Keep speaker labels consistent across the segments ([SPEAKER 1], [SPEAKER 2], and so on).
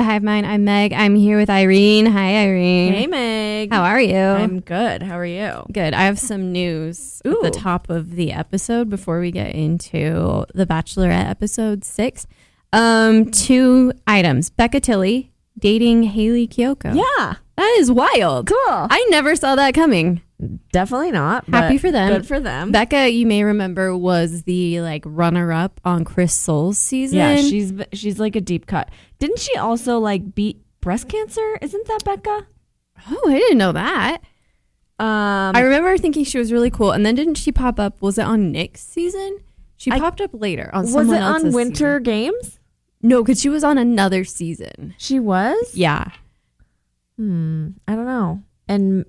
[SPEAKER 1] Five Mine. I'm Meg. I'm here with Irene. Hi, Irene.
[SPEAKER 2] Hey, Meg.
[SPEAKER 1] How are you?
[SPEAKER 2] I'm good. How are you?
[SPEAKER 1] good. I have some news
[SPEAKER 2] Ooh.
[SPEAKER 1] at the top of the episode before we get into The Bachelorette episode six. Um, two items. Becca Tilly dating Haley Kyoko.
[SPEAKER 2] Yeah.
[SPEAKER 1] That is wild.
[SPEAKER 2] Cool.
[SPEAKER 1] I never saw that coming.
[SPEAKER 2] Definitely not. but
[SPEAKER 1] Happy for them.
[SPEAKER 2] Good for them.
[SPEAKER 1] Becca, you may remember, was the like runner up on Chris Soul's season.
[SPEAKER 2] yeah, she's she's like a deep cut. Didn't she also like beat breast cancer? Isn't that Becca?
[SPEAKER 1] oh, I didn't know that.
[SPEAKER 2] Um,
[SPEAKER 1] I remember thinking she was really cool, and then didn't she pop up? Was it on Nick's season? She popped up later on.
[SPEAKER 2] was
[SPEAKER 1] someone
[SPEAKER 2] it on
[SPEAKER 1] else's
[SPEAKER 2] Winter
[SPEAKER 1] season.
[SPEAKER 2] Games?
[SPEAKER 1] No, because she was on another season.
[SPEAKER 2] She was.
[SPEAKER 1] Yeah,
[SPEAKER 2] I don't know. And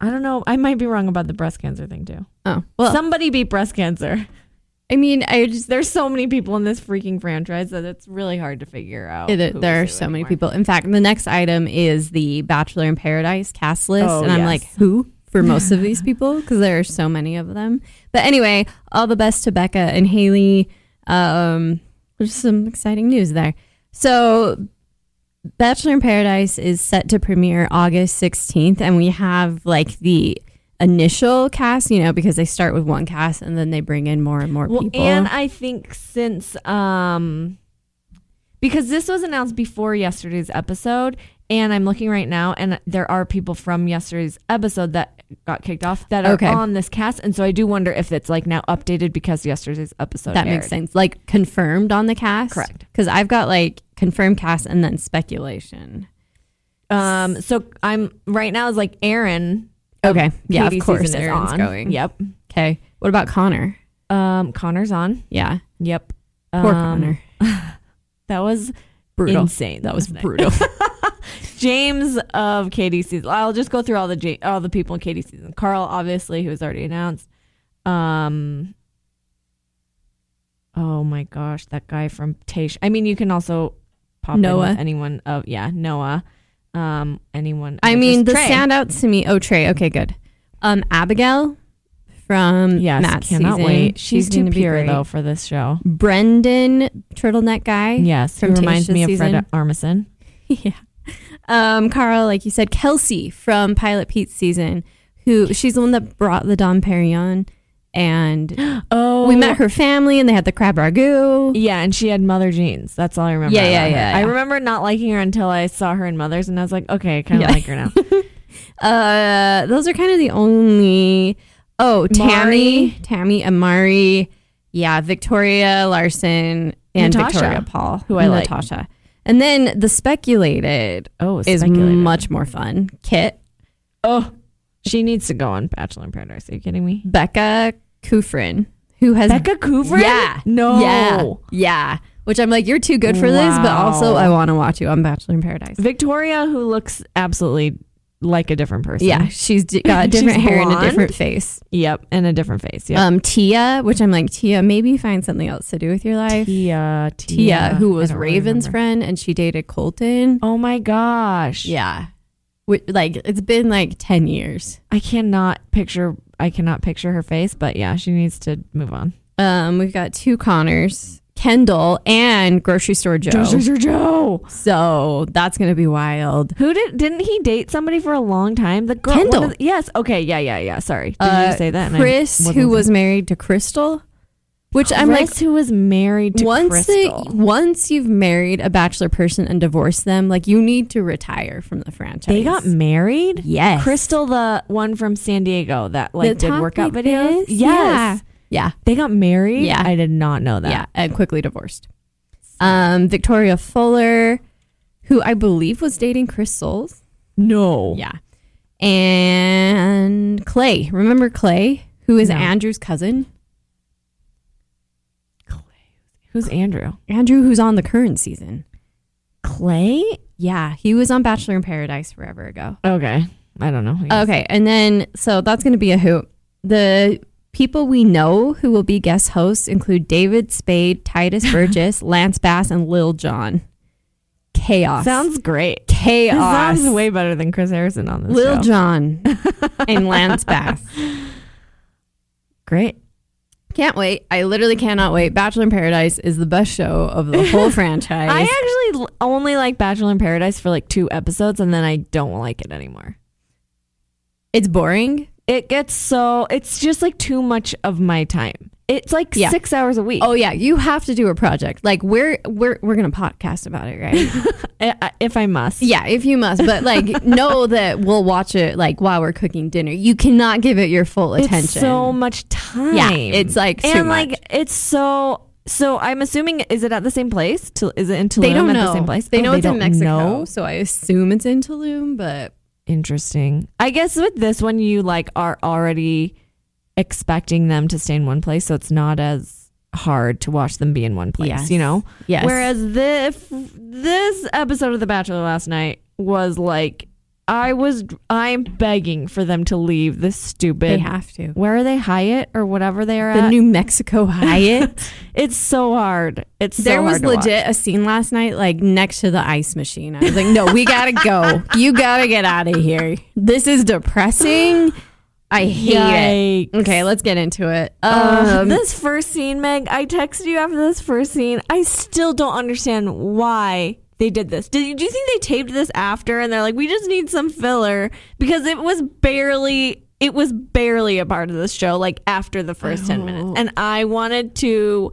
[SPEAKER 2] I don't know. I might be wrong about the breast cancer thing too.
[SPEAKER 1] Oh well,
[SPEAKER 2] Somebody beat breast cancer.
[SPEAKER 1] I mean, I just
[SPEAKER 2] There's so many people in this freaking franchise that it's really hard to figure out.
[SPEAKER 1] it,
[SPEAKER 2] who
[SPEAKER 1] there are
[SPEAKER 2] is who
[SPEAKER 1] so many
[SPEAKER 2] anymore.
[SPEAKER 1] people. In fact, the next item is the Bachelor in Paradise cast list,
[SPEAKER 2] Oh,
[SPEAKER 1] and I'm
[SPEAKER 2] yes.
[SPEAKER 1] like, who for most of these people because there are so many of them. But anyway, all the best to Becca and Haley. Um, there's some exciting news there. So. Bachelor in Paradise is set to premiere August 16th, and we have like the initial cast, you know, because they start with one cast and then they bring in more and more
[SPEAKER 2] Well,
[SPEAKER 1] people.
[SPEAKER 2] and I think since um, because this was announced before yesterday's episode, and I'm looking right now, and there are people from yesterday's episode that got kicked off that are
[SPEAKER 1] Okay.
[SPEAKER 2] on this cast, and so I do wonder if it's like now updated because yesterday's episode.
[SPEAKER 1] That makes
[SPEAKER 2] aired.
[SPEAKER 1] sense. Like confirmed on the cast?
[SPEAKER 2] Correct.
[SPEAKER 1] Because I've got like confirmed cast and then speculation.
[SPEAKER 2] Um, so I'm right now is like Aaron.
[SPEAKER 1] Okay. Yeah,
[SPEAKER 2] Katie's
[SPEAKER 1] of course.
[SPEAKER 2] season is
[SPEAKER 1] Aaron's
[SPEAKER 2] on.
[SPEAKER 1] going.
[SPEAKER 2] Yep.
[SPEAKER 1] Okay. What about Connor?
[SPEAKER 2] Um, Connor's on.
[SPEAKER 1] Yeah.
[SPEAKER 2] Yep.
[SPEAKER 1] Poor
[SPEAKER 2] Um,
[SPEAKER 1] Connor.
[SPEAKER 2] That was
[SPEAKER 1] Brutal.
[SPEAKER 2] insane.
[SPEAKER 1] That was
[SPEAKER 2] Insane.
[SPEAKER 1] brutal.
[SPEAKER 2] James of Katie's season. I'll just go through all the J- all the people in Katie's season. Carl, obviously, who was already announced. Um. Oh my gosh, that guy from Taish. I mean, you can also pop in
[SPEAKER 1] Noah.
[SPEAKER 2] with anyone of yeah Noah. Um, anyone.
[SPEAKER 1] I
[SPEAKER 2] of
[SPEAKER 1] mean,
[SPEAKER 2] just
[SPEAKER 1] the
[SPEAKER 2] Trey.
[SPEAKER 1] standouts to me. Oh, Trey. Okay, good. Um, Abigail from
[SPEAKER 2] Yes,
[SPEAKER 1] Matt's
[SPEAKER 2] cannot
[SPEAKER 1] season.
[SPEAKER 2] wait. She's,
[SPEAKER 1] She's,
[SPEAKER 2] too
[SPEAKER 1] gonna be
[SPEAKER 2] pure
[SPEAKER 1] great.
[SPEAKER 2] though for this show.
[SPEAKER 1] Brendan, turtleneck guy.
[SPEAKER 2] Yes,
[SPEAKER 1] from
[SPEAKER 2] who reminds
[SPEAKER 1] Tayshia's
[SPEAKER 2] me of
[SPEAKER 1] season.
[SPEAKER 2] Fred Armisen.
[SPEAKER 1] yeah. Um, Carl, like you said, Kelsey from Pilot Pete's season, who she's the one that brought the Dom Perignon, and
[SPEAKER 2] Oh,
[SPEAKER 1] we met her family, and they had the crab ragout.
[SPEAKER 2] Yeah, and she had mother jeans. That's all I remember.
[SPEAKER 1] Yeah, yeah,
[SPEAKER 2] about her.
[SPEAKER 1] yeah, yeah.
[SPEAKER 2] I remember not liking her until I saw her in Mother's, and I was like, okay, I kind of
[SPEAKER 1] Yeah.
[SPEAKER 2] like her now.
[SPEAKER 1] Uh, those are kind of the only. Oh, Tammy,
[SPEAKER 2] Mari.
[SPEAKER 1] Tammy, Amari, yeah, Victoria Larson and
[SPEAKER 2] Natasha,
[SPEAKER 1] Victoria Paul,
[SPEAKER 2] who I like.
[SPEAKER 1] Natasha. And then the speculated
[SPEAKER 2] Oh,
[SPEAKER 1] is
[SPEAKER 2] speculated.
[SPEAKER 1] much more fun. Kit,
[SPEAKER 2] Oh, she needs to go on Bachelor in Paradise. Are you kidding me?
[SPEAKER 1] Becca Kufrin, who has
[SPEAKER 2] Becca Kufrin?
[SPEAKER 1] Yeah.
[SPEAKER 2] No.
[SPEAKER 1] Yeah. Yeah. Which I'm like, you're too good for this, but also
[SPEAKER 2] Wow.
[SPEAKER 1] I want to watch you on Bachelor in Paradise.
[SPEAKER 2] Victoria, who looks absolutely like a different person.
[SPEAKER 1] Yeah, she's d- got
[SPEAKER 2] She's
[SPEAKER 1] different hair and a
[SPEAKER 2] blonde.
[SPEAKER 1] different face.
[SPEAKER 2] Yep. And a different face. Yep.
[SPEAKER 1] Um, Tia, which I'm like, Tia, maybe find something else to do with your life.
[SPEAKER 2] Tia, Tia,
[SPEAKER 1] Tia, Uh, who
[SPEAKER 2] I
[SPEAKER 1] was
[SPEAKER 2] don't really
[SPEAKER 1] Raven's
[SPEAKER 2] remember.
[SPEAKER 1] friend, and she dated Colton.
[SPEAKER 2] Oh my gosh.
[SPEAKER 1] Yeah, Which, like it's been like ten years.
[SPEAKER 2] I cannot picture. I cannot picture her face, but yeah, she needs to move on.
[SPEAKER 1] Um, we've got two Connors, Kendall, and grocery store Joe.
[SPEAKER 2] Joe. Joe.
[SPEAKER 1] So that's gonna be wild.
[SPEAKER 2] Who did? Didn't he date somebody for a long time? The girl. one
[SPEAKER 1] Kendall.
[SPEAKER 2] of the- yes. Okay. Yeah. Yeah. Yeah. Sorry. Did
[SPEAKER 1] Uh,
[SPEAKER 2] you say that? And I
[SPEAKER 1] Chris,
[SPEAKER 2] wasn't
[SPEAKER 1] who
[SPEAKER 2] listening.
[SPEAKER 1] was married to Crystal, which I'm like,
[SPEAKER 2] Chris, who was married to
[SPEAKER 1] once
[SPEAKER 2] Crystal.
[SPEAKER 1] the, once you've married a bachelor person and divorced them, like you need to retire from the franchise.
[SPEAKER 2] they got married.
[SPEAKER 1] yes,
[SPEAKER 2] Crystal, the one from San Diego that like
[SPEAKER 1] The
[SPEAKER 2] did
[SPEAKER 1] top
[SPEAKER 2] workout
[SPEAKER 1] like
[SPEAKER 2] videos.
[SPEAKER 1] this?
[SPEAKER 2] Yes.
[SPEAKER 1] yeah,
[SPEAKER 2] They got married.
[SPEAKER 1] Yeah.
[SPEAKER 2] I did not know
[SPEAKER 1] yeah,
[SPEAKER 2] that.
[SPEAKER 1] yeah, and quickly divorced. Um, Victoria Fuller, who I believe was dating Chris Souls.
[SPEAKER 2] No.
[SPEAKER 1] Yeah, and Clay. Remember Clay, who is
[SPEAKER 2] No.
[SPEAKER 1] Andrew's cousin.
[SPEAKER 2] Who's Andrew?
[SPEAKER 1] Andrew, who's on the current season.
[SPEAKER 2] Clay.
[SPEAKER 1] Yeah, he was on Bachelor in Paradise forever ago.
[SPEAKER 2] Okay. I don't know.
[SPEAKER 1] Okay, and then so that's going to be a hoot. The people we know who will be guest hosts include David Spade, Titus Burgess, Lance Bass, and Lil Jon. Chaos.
[SPEAKER 2] Sounds great. This
[SPEAKER 1] chaos.
[SPEAKER 2] sounds way better than Chris Harrison on this
[SPEAKER 1] Lil
[SPEAKER 2] show.
[SPEAKER 1] Jon and Lance Bass.
[SPEAKER 2] Great.
[SPEAKER 1] Can't wait. I literally cannot wait. Bachelor in Paradise is the best show of the whole franchise.
[SPEAKER 2] I actually l- only like Bachelor in Paradise for like two episodes and then I don't like it anymore.
[SPEAKER 1] it's boring.
[SPEAKER 2] It gets so, it's just like too much of my time. It's like
[SPEAKER 1] Yeah.
[SPEAKER 2] six hours a week.
[SPEAKER 1] Oh yeah, you have to do a project. Like we're we're we're gonna podcast about it, right?
[SPEAKER 2] eh, I- I- if I must.
[SPEAKER 1] yeah, if you must. But like know that we'll watch it like while we're cooking dinner. You cannot give it your full attention.
[SPEAKER 2] It's so much time.
[SPEAKER 1] Yeah, it's, like,
[SPEAKER 2] and
[SPEAKER 1] too
[SPEAKER 2] like
[SPEAKER 1] much.
[SPEAKER 2] it's so. So I'm assuming is it at the same place? To, is it in Tulum
[SPEAKER 1] they don't
[SPEAKER 2] at
[SPEAKER 1] know.
[SPEAKER 2] the same place?
[SPEAKER 1] They
[SPEAKER 2] Oh,
[SPEAKER 1] know it's in
[SPEAKER 2] don't
[SPEAKER 1] Mexico,
[SPEAKER 2] know?
[SPEAKER 1] so I assume it's in Tulum. But
[SPEAKER 2] Interesting. I guess with this one, you like are already expecting them to stay in one place, so it's not as hard to watch them be in one place.
[SPEAKER 1] Yes.
[SPEAKER 2] You know.
[SPEAKER 1] yes,
[SPEAKER 2] Whereas this this episode of The Bachelor last night was like, I was I'm begging for them to leave this stupid.
[SPEAKER 1] they have to
[SPEAKER 2] Where are they Hyatt or whatever they are
[SPEAKER 1] the
[SPEAKER 2] at?
[SPEAKER 1] New Mexico Hyatt.
[SPEAKER 2] It's so hard. It's so
[SPEAKER 1] there was
[SPEAKER 2] hard to watch.
[SPEAKER 1] legit a scene last night, like next to the ice machine. I was like, no, we gotta go. You gotta get out of here. This is depressing. I hate it.
[SPEAKER 2] Yikes.
[SPEAKER 1] Okay, let's get into it.
[SPEAKER 2] Uh,
[SPEAKER 1] Um,
[SPEAKER 2] this first scene, Meg. I texted you after this first scene. I still don't understand why they did this. Did you, do you think they taped this after and they're like, we just need some filler because it was barely it was barely a part of the show. Like after the first ten minutes, and I wanted to.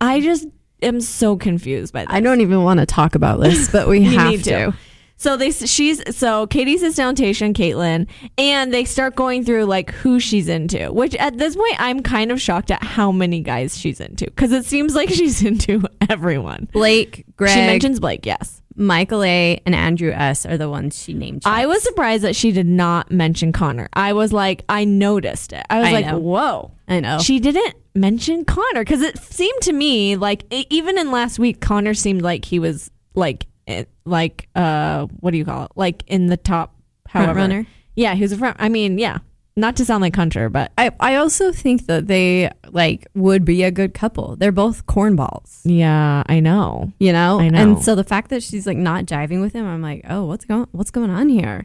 [SPEAKER 2] I just am so confused by this.
[SPEAKER 1] I don't even want to talk about this, but we
[SPEAKER 2] You
[SPEAKER 1] have
[SPEAKER 2] need to. So they she's so Katie sits down with Tasha and Caitlin, and they start going through like who she's into. Which at this point, I'm kind of shocked at how many guys she's into because it seems like she's into everyone.
[SPEAKER 1] Blake, Greg,
[SPEAKER 2] She mentions Blake, yes.
[SPEAKER 1] Michael A, and Andrew S are the ones she named.
[SPEAKER 2] I was surprised that she did not mention Connor. I was like, I noticed it. I was
[SPEAKER 1] I
[SPEAKER 2] like,
[SPEAKER 1] know.
[SPEAKER 2] whoa.
[SPEAKER 1] I know.
[SPEAKER 2] She didn't mention Connor because it seemed to me like e- even in last week, Connor seemed like he was like eh, like uh what do you call it like in the top
[SPEAKER 1] Front
[SPEAKER 2] however
[SPEAKER 1] runner?
[SPEAKER 2] Yeah, he was a front. I mean, yeah, not to sound like Hunter, but
[SPEAKER 1] I, I also think that they like would be a good couple. They're both cornballs.
[SPEAKER 2] yeah, I know.
[SPEAKER 1] you know?
[SPEAKER 2] I know.
[SPEAKER 1] And so the fact that she's like not jiving with him, I'm like, oh, what's going what's going on here?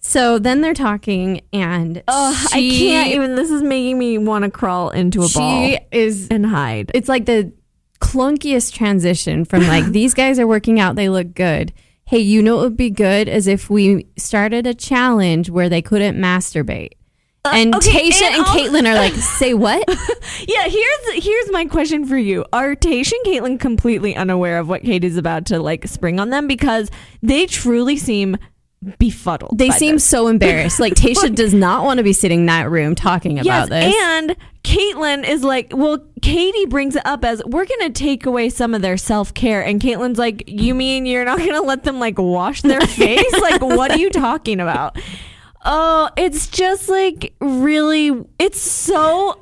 [SPEAKER 1] So then they're talking, and
[SPEAKER 2] Ugh, I
[SPEAKER 1] she-
[SPEAKER 2] can't even. This is making me want to crawl into a ball
[SPEAKER 1] She is.
[SPEAKER 2] and hide.
[SPEAKER 1] It's like the clunkiest transition from like these guys are working out, they look good. Hey, you know what would be good is if we started a challenge where they couldn't masturbate. And
[SPEAKER 2] okay,
[SPEAKER 1] Tasha
[SPEAKER 2] and
[SPEAKER 1] Uh, and,
[SPEAKER 2] all-
[SPEAKER 1] Caitlyn are like, say what?
[SPEAKER 2] Yeah, here's here's my question for you. Are Taish and Caitlin completely unaware of what Katie's about to like spring on them because they truly seem befuddled.
[SPEAKER 1] They
[SPEAKER 2] by
[SPEAKER 1] seem
[SPEAKER 2] this.
[SPEAKER 1] so embarrassed. Like Tasha does not want to be sitting in that room talking about this.
[SPEAKER 2] And Caitlin is like, well, Katie brings it up as we're gonna take away some of their self care, and Caitlin's like, you mean you're not gonna let them like wash their face? like, what are you talking about? Oh, it's just like really, it's so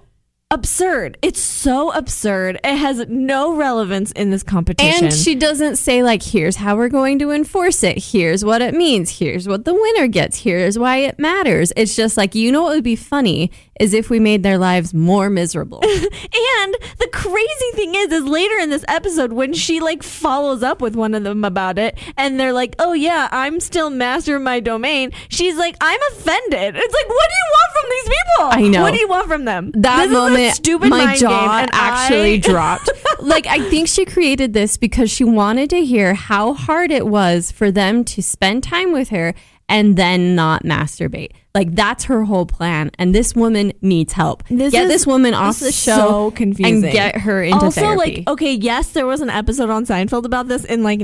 [SPEAKER 2] absurd. It's so absurd. It has no relevance in this competition.
[SPEAKER 1] And she doesn't say like, "Here's how we're going to enforce it. Here's what it means. Here's what the winner gets. Here's why it matters." It's just like you know what would be funny is if we made their lives more miserable.
[SPEAKER 2] And the crazy thing is, is later in this episode when she like follows up with one of them about it, and they're like, "Oh yeah, I'm still master of my domain." She's like, "I'm offended." It's like, what do you want from these people?
[SPEAKER 1] I know.
[SPEAKER 2] What do you want from them?
[SPEAKER 1] That
[SPEAKER 2] This is a
[SPEAKER 1] moment,
[SPEAKER 2] stupid
[SPEAKER 1] my
[SPEAKER 2] mind game,
[SPEAKER 1] jaw
[SPEAKER 2] and
[SPEAKER 1] actually
[SPEAKER 2] I-
[SPEAKER 1] dropped. Like I think she created this because she wanted to hear how hard it was for them to spend time with her and then not masturbate. Like that's her whole plan. And this woman needs help.
[SPEAKER 2] This
[SPEAKER 1] get
[SPEAKER 2] is-
[SPEAKER 1] this woman off
[SPEAKER 2] this
[SPEAKER 1] the
[SPEAKER 2] is
[SPEAKER 1] show
[SPEAKER 2] so confusing.
[SPEAKER 1] and get her into
[SPEAKER 2] also,
[SPEAKER 1] therapy.
[SPEAKER 2] like, okay, yes, there was an episode on Seinfeld about this in like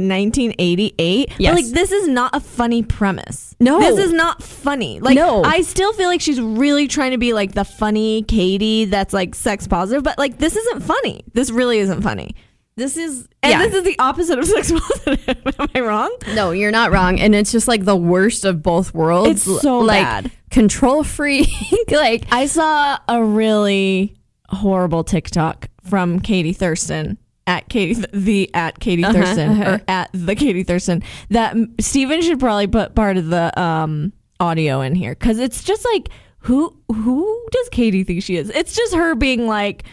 [SPEAKER 2] 1988.
[SPEAKER 1] Yes.
[SPEAKER 2] But like, this is not a funny premise.
[SPEAKER 1] No.
[SPEAKER 2] This is not funny. Like,
[SPEAKER 1] No.
[SPEAKER 2] I still feel like she's really trying to be like the funny Katie that's like sex positive, but like, this isn't funny. This really isn't funny.
[SPEAKER 1] This is
[SPEAKER 2] And
[SPEAKER 1] yeah.
[SPEAKER 2] this is the opposite of sex positive. Am I wrong?
[SPEAKER 1] no, you're not wrong, and it's just like the worst of both worlds.
[SPEAKER 2] It's so
[SPEAKER 1] like,
[SPEAKER 2] bad.
[SPEAKER 1] Control freak, like
[SPEAKER 2] I saw a really horrible TikTok from Katie Thurston at Katie the at Katie Thurston or at the Katie Thurston that m- Steven should probably put part of the um audio in here cuz it's just like who who does Katie think she is? It's just her being like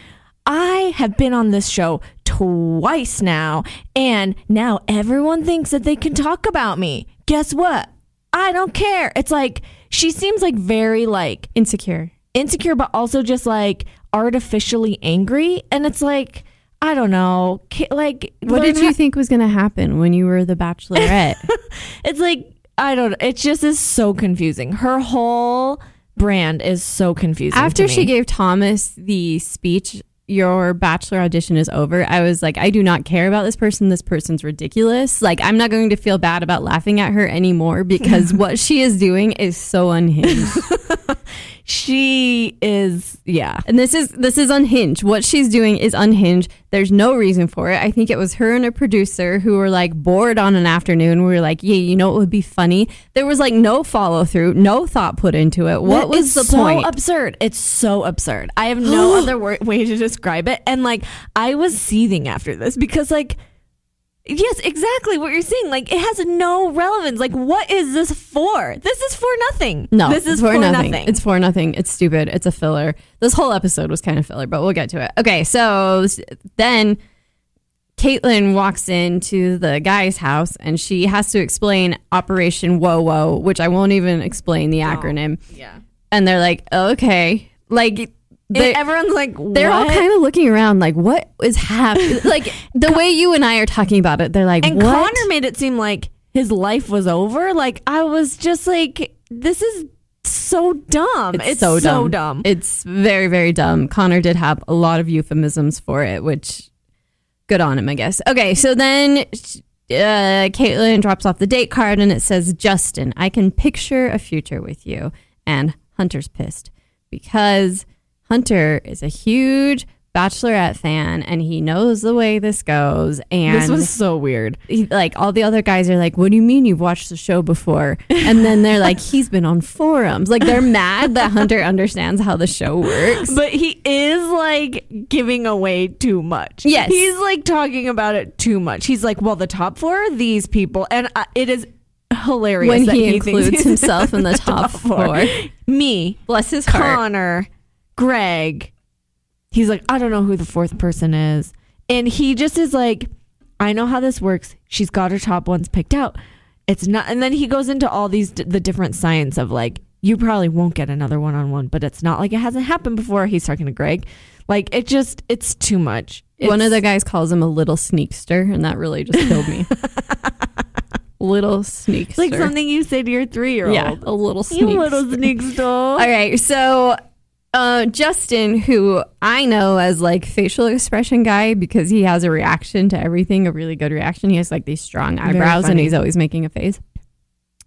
[SPEAKER 2] I have been on this show twice now and now everyone thinks that they can talk about me. Guess what? I don't care. It's like she seems like very like
[SPEAKER 1] insecure.
[SPEAKER 2] insecure, but also just like artificially angry, and it's like I don't know, ki- like
[SPEAKER 1] What
[SPEAKER 2] learn
[SPEAKER 1] did you think was going to happen when you were the bachelorette?
[SPEAKER 2] It's like I don't. It just is so confusing. Her whole brand is so confusing.
[SPEAKER 1] After
[SPEAKER 2] to
[SPEAKER 1] she
[SPEAKER 2] me.
[SPEAKER 1] gave Thomas the speech, your bachelor audition is over. I was like, I do not care about this person. This person's ridiculous. Like, I'm not going to feel bad about laughing at her anymore because what she is doing is so unhinged.
[SPEAKER 2] she is yeah.
[SPEAKER 1] And this is this is unhinged. What she's doing is unhinged. There's no reason for it. I think it was her and a producer who were like bored on an afternoon. We were like, yeah, you know, it would be funny. There was like no follow through, no thought put into it. What
[SPEAKER 2] That
[SPEAKER 1] was
[SPEAKER 2] is
[SPEAKER 1] the
[SPEAKER 2] so
[SPEAKER 1] point?
[SPEAKER 2] absurd. It's so absurd. I have no other wor- way to describe it. And like, I was seething after this because like. Yes, exactly what you're saying. Like it has no relevance. Like what is this for? This is for nothing.
[SPEAKER 1] No,
[SPEAKER 2] this
[SPEAKER 1] it's
[SPEAKER 2] is for,
[SPEAKER 1] nothing. It's for nothing. It's stupid. It's a filler. This whole episode was kind of filler, but we'll get to it. Okay, so s- then Caitlin walks into the guy's house and she has to explain Operation Whoa Whoa, which I won't even explain the acronym.
[SPEAKER 2] yeah.
[SPEAKER 1] And they're like, okay, like they,
[SPEAKER 2] And everyone's like,
[SPEAKER 1] they're all
[SPEAKER 2] uh, "What?"
[SPEAKER 1] kind of looking around, like what is happening? like the way you and I are talking about it, they're like,
[SPEAKER 2] And
[SPEAKER 1] what?
[SPEAKER 2] Connor made it seem like his life was over. Like I was just like, this is so dumb. It's, so, dumb.
[SPEAKER 1] It's very, very dumb. Connor did have a lot of euphemisms for it, which good on him, I guess. Okay, so then uh, Caitlin drops off the date card and it says, Justin, I can picture a future with you. And Hunter's pissed because Hunter is a huge Bachelorette fan and he knows the way this goes. And
[SPEAKER 2] this was so weird.
[SPEAKER 1] he, like all the other guys are like, "What do you mean you've watched the show before?" And then they're like, "He's been on forums." Like they're mad that Hunter understands how the show works.
[SPEAKER 2] But he is like giving away too much.
[SPEAKER 1] Yes.
[SPEAKER 2] He's like talking about it too much. He's like, well, the top four are these people. And uh, it is hilarious
[SPEAKER 1] When
[SPEAKER 2] that
[SPEAKER 1] he,
[SPEAKER 2] he thinks
[SPEAKER 1] includes
[SPEAKER 2] he's
[SPEAKER 1] himself in the top four,
[SPEAKER 2] Me,
[SPEAKER 1] bless his heart.
[SPEAKER 2] Connor, Greg. He's like, I don't know who the fourth person is. And he just is like, I know how this works. She's got her top ones picked out. It's not. And then he goes into all these, the different science of like, you probably won't get another one on one, but it's not like it hasn't happened before. He's talking to Greg. Like, it just, it's too much.
[SPEAKER 1] One of
[SPEAKER 2] It's-
[SPEAKER 1] the guys calls him a little sneakster, and that really just killed me. little sneakster,
[SPEAKER 2] it's like something you say to your three year old.
[SPEAKER 1] yeah, a little sneakster.
[SPEAKER 2] You little sneak doll.
[SPEAKER 1] All right, so uh, Justin, who I know as like facial expression guy because he has a reaction to everything, a really good reaction. He has like these strong eyebrows and
[SPEAKER 2] funny.
[SPEAKER 1] he's always making a face.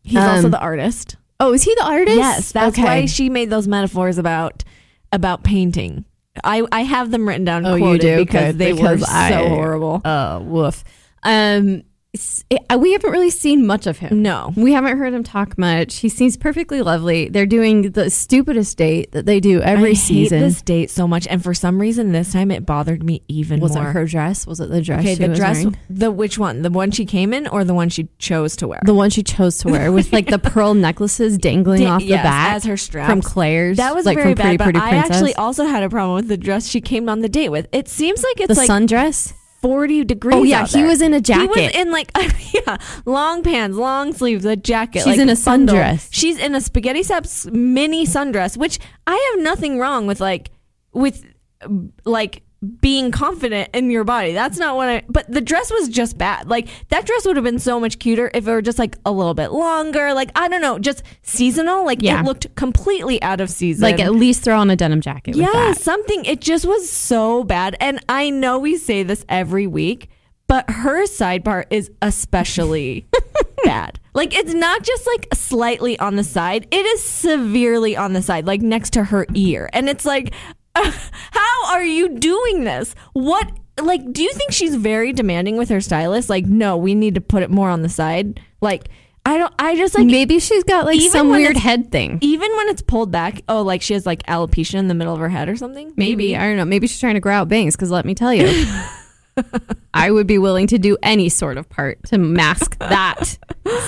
[SPEAKER 2] He's also
[SPEAKER 1] Um,
[SPEAKER 2] the artist.
[SPEAKER 1] Oh, is he the artist?
[SPEAKER 2] Yes, that's why she made those metaphors about about painting. I, I have them written down
[SPEAKER 1] Oh, you
[SPEAKER 2] quoted
[SPEAKER 1] do?
[SPEAKER 2] because
[SPEAKER 1] Good,
[SPEAKER 2] they
[SPEAKER 1] because
[SPEAKER 2] were
[SPEAKER 1] I-
[SPEAKER 2] so horrible.
[SPEAKER 1] Oh, woof. Um, s- I- we haven't really seen much of him.
[SPEAKER 2] No.
[SPEAKER 1] We haven't heard him talk much. He seems perfectly lovely. They're doing the stupidest date that they do every
[SPEAKER 2] I
[SPEAKER 1] season.
[SPEAKER 2] hate this date so much and for some reason this time it bothered me even
[SPEAKER 1] was
[SPEAKER 2] more.
[SPEAKER 1] it her dress? Was it the dress?
[SPEAKER 2] okay,
[SPEAKER 1] she
[SPEAKER 2] the
[SPEAKER 1] was
[SPEAKER 2] dress
[SPEAKER 1] wearing?
[SPEAKER 2] the which one? The one she came in or the one she chose to wear?
[SPEAKER 1] the one she chose to wear with like the pearl necklaces dangling
[SPEAKER 2] Da-
[SPEAKER 1] off the
[SPEAKER 2] yes,
[SPEAKER 1] back
[SPEAKER 2] as her strap.
[SPEAKER 1] from Claire's.
[SPEAKER 2] that was
[SPEAKER 1] like
[SPEAKER 2] very
[SPEAKER 1] from Pretty
[SPEAKER 2] bad,
[SPEAKER 1] Pretty
[SPEAKER 2] but
[SPEAKER 1] Princess.
[SPEAKER 2] I actually also had a problem with the dress she came on the date with. It seems like
[SPEAKER 1] the
[SPEAKER 2] it's like
[SPEAKER 1] sundress.
[SPEAKER 2] 40 degrees
[SPEAKER 1] Oh yeah,
[SPEAKER 2] out
[SPEAKER 1] he
[SPEAKER 2] there.
[SPEAKER 1] was in a
[SPEAKER 2] He was
[SPEAKER 1] jacket.
[SPEAKER 2] in like yeah, long pants, long sleeves, a jacket.
[SPEAKER 1] She's
[SPEAKER 2] like,
[SPEAKER 1] in a
[SPEAKER 2] bundle.
[SPEAKER 1] sundress.
[SPEAKER 2] She's in a spaghetti saps mini sundress, which I have nothing wrong with. Like with um, like being confident in your body. That's not what I. But the dress was just bad. Like that dress would have been so much cuter if it were just like a little bit longer. Like I don't know, just seasonal. Like
[SPEAKER 1] Yeah.
[SPEAKER 2] it looked completely out of season.
[SPEAKER 1] like at least throw on a denim jacket with
[SPEAKER 2] Yeah,
[SPEAKER 1] that.
[SPEAKER 2] something. It just was so bad. And I know we say this every week, but her sidebar is especially bad. Like, it's not just like slightly on the side, it is severely on the side, like next to her ear. And it's like, how are you doing this? What, like, do you think she's very demanding with her stylist? Like, no, we need to put it more on the side. Like, I don't, I just like,
[SPEAKER 1] Maybe she's got like
[SPEAKER 2] Even
[SPEAKER 1] some
[SPEAKER 2] when
[SPEAKER 1] weird
[SPEAKER 2] it's-
[SPEAKER 1] head thing.
[SPEAKER 2] even when it's pulled back, oh, like she has like alopecia in the middle of her head or something.
[SPEAKER 1] Maybe I don't know. Maybe she's trying to grow out bangs. Because let me tell you, I would be willing to do any sort of part to mask that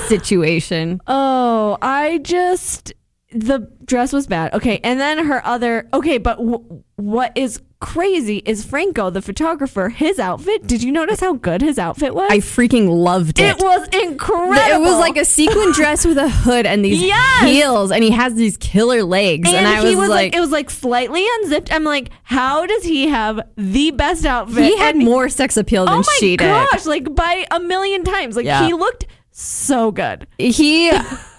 [SPEAKER 1] situation.
[SPEAKER 2] Oh, I just the dress was bad. Okay, and then her other okay, but w- what is crazy is Franco, the photographer, his outfit. Did you notice how good his outfit was?
[SPEAKER 1] I freaking loved it.
[SPEAKER 2] it was
[SPEAKER 1] Th-
[SPEAKER 2] incredible.
[SPEAKER 1] It was like a sequin dress with a hood and these
[SPEAKER 2] Yes!
[SPEAKER 1] heels, and he has these killer legs. And,
[SPEAKER 2] and,
[SPEAKER 1] I
[SPEAKER 2] he was like, it was like slightly unzipped. I'm like, how does he have the best outfit?
[SPEAKER 1] he had
[SPEAKER 2] And-
[SPEAKER 1] more sex appeal than
[SPEAKER 2] Oh my
[SPEAKER 1] she did.
[SPEAKER 2] gosh! Like by a million times. Like
[SPEAKER 1] Yeah.
[SPEAKER 2] he looked so good.
[SPEAKER 1] He,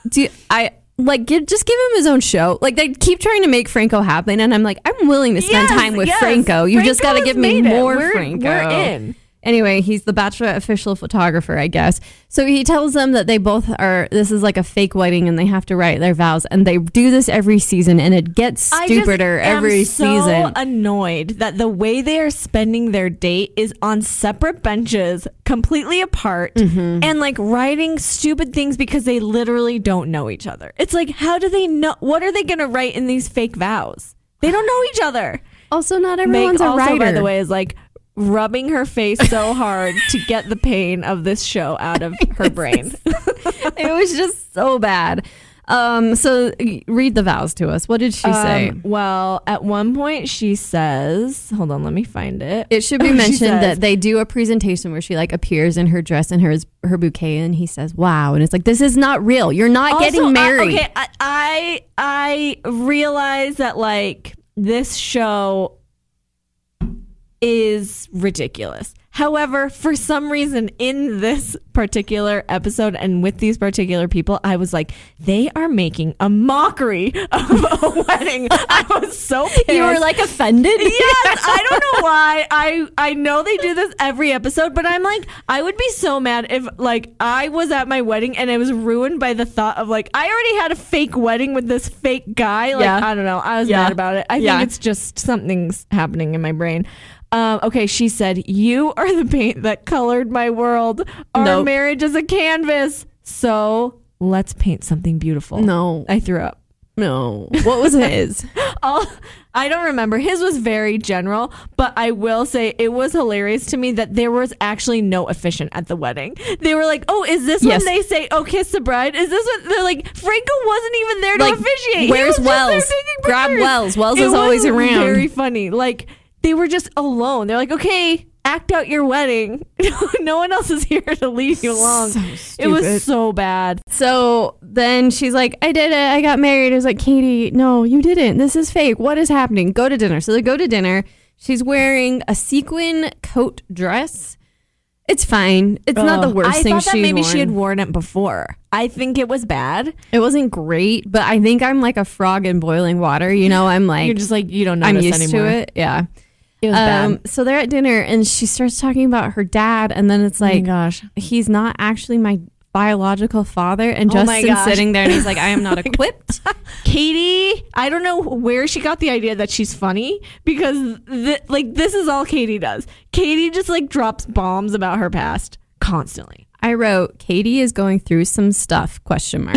[SPEAKER 1] do I like give just give him his own show. Like they keep trying to make Franco happen, and I'm like, I'm willing to spend
[SPEAKER 2] Yes,
[SPEAKER 1] time with
[SPEAKER 2] yes.
[SPEAKER 1] Franco. You just got
[SPEAKER 2] Franco
[SPEAKER 1] to give
[SPEAKER 2] has
[SPEAKER 1] me
[SPEAKER 2] made it.
[SPEAKER 1] more
[SPEAKER 2] We're-
[SPEAKER 1] Franco.
[SPEAKER 2] we're in.
[SPEAKER 1] Anyway, he's the Bachelor official photographer, I guess. So he tells them that they both are. This is like a fake wedding, and they have to write their vows. And they do this every season, and it gets
[SPEAKER 2] I just
[SPEAKER 1] stupider
[SPEAKER 2] am
[SPEAKER 1] every
[SPEAKER 2] So
[SPEAKER 1] season.
[SPEAKER 2] annoyed that the way they are spending their date is on separate benches, completely apart,
[SPEAKER 1] Mm-hmm.
[SPEAKER 2] and like writing stupid things because they literally don't know each other. It's like, how do they know? What are they going to write in these fake vows? They don't know each other.
[SPEAKER 1] Also, not
[SPEAKER 2] Meg
[SPEAKER 1] everyone's a
[SPEAKER 2] also,
[SPEAKER 1] writer.
[SPEAKER 2] by the way, is like rubbing her face so hard to get the pain of this show out of her brain.
[SPEAKER 1] it was just so bad. Um, so y- read the vows to us. What did she say?
[SPEAKER 2] Um, well, at one point she says, "Hold on, let me find it."
[SPEAKER 1] It should be
[SPEAKER 2] She
[SPEAKER 1] mentioned
[SPEAKER 2] says-
[SPEAKER 1] that they do a presentation where she like appears in her dress and her her bouquet, and he says, "Wow," and it's like, "This is not real. You're not
[SPEAKER 2] Also,
[SPEAKER 1] getting
[SPEAKER 2] I-
[SPEAKER 1] married."
[SPEAKER 2] okay, I, I I realize that like this show is ridiculous. However, for some reason in this particular episode and with these particular people, I was like, they are making a mockery of a wedding. I was so pissed.
[SPEAKER 1] You were like offended.
[SPEAKER 2] Yes, I don't know why. I I know they do this every episode, but I'm like, I would be so mad if like I was at my wedding and it was ruined by the thought of like I already had a fake wedding with this fake guy. Like
[SPEAKER 1] Yeah.
[SPEAKER 2] I don't know. I was
[SPEAKER 1] Yeah.
[SPEAKER 2] mad about it. I
[SPEAKER 1] Yeah.
[SPEAKER 2] think it's just something's happening in my brain. Um, okay, she said, "You are the paint that colored my world. Our
[SPEAKER 1] Nope.
[SPEAKER 2] marriage is a canvas, so let's paint something beautiful."
[SPEAKER 1] No,
[SPEAKER 2] I threw up.
[SPEAKER 1] no. What was his?
[SPEAKER 2] All, I don't remember. His was very general, but I will say it was hilarious to me that there was actually no officiant at the wedding. They were like, "Oh, is this
[SPEAKER 1] Yes.
[SPEAKER 2] when they say, oh, kiss the bride?' Is this what they're like? Franco wasn't even there to
[SPEAKER 1] Like,
[SPEAKER 2] officiate. He
[SPEAKER 1] where's
[SPEAKER 2] was just there
[SPEAKER 1] Wells?
[SPEAKER 2] taking
[SPEAKER 1] Grab
[SPEAKER 2] pictures."
[SPEAKER 1] Wells. Wells
[SPEAKER 2] It
[SPEAKER 1] is always
[SPEAKER 2] was
[SPEAKER 1] around.
[SPEAKER 2] Very funny. Like they were just alone. They're like, "Okay, act out your wedding. no one else is here to lead you along."
[SPEAKER 1] So
[SPEAKER 2] it
[SPEAKER 1] stupid.
[SPEAKER 2] was so bad.
[SPEAKER 1] So then she's like, I did it. I got married. I was like, Katie, no, you didn't. This is fake. What is happening? Go to dinner. So they go to dinner. She's wearing a sequin coat dress. It's fine. It's not the
[SPEAKER 2] Ugh.
[SPEAKER 1] worst
[SPEAKER 2] Um, I
[SPEAKER 1] thing
[SPEAKER 2] thought that
[SPEAKER 1] she's
[SPEAKER 2] maybe
[SPEAKER 1] worn.
[SPEAKER 2] she had worn it before. I think it was bad.
[SPEAKER 1] It wasn't great, but I think I'm like a frog in boiling water. You know, I'm like,
[SPEAKER 2] You're just like you don't
[SPEAKER 1] I'm
[SPEAKER 2] notice
[SPEAKER 1] used
[SPEAKER 2] anymore.
[SPEAKER 1] to it. Yeah.
[SPEAKER 2] It was
[SPEAKER 1] Um,
[SPEAKER 2] bad.
[SPEAKER 1] so they're at dinner and she starts talking about her dad. And then it's like,
[SPEAKER 2] Oh gosh.
[SPEAKER 1] he's not actually my biological father. And
[SPEAKER 2] Oh my
[SPEAKER 1] Justin's
[SPEAKER 2] gosh. Oh
[SPEAKER 1] sitting there and he's like, I am not equipped.
[SPEAKER 2] Katie, I don't know where she got the idea that she's funny because th- like this is all Katie does. Katie just like drops bombs about her past constantly.
[SPEAKER 1] I wrote, Katie is going through some stuff, question mark.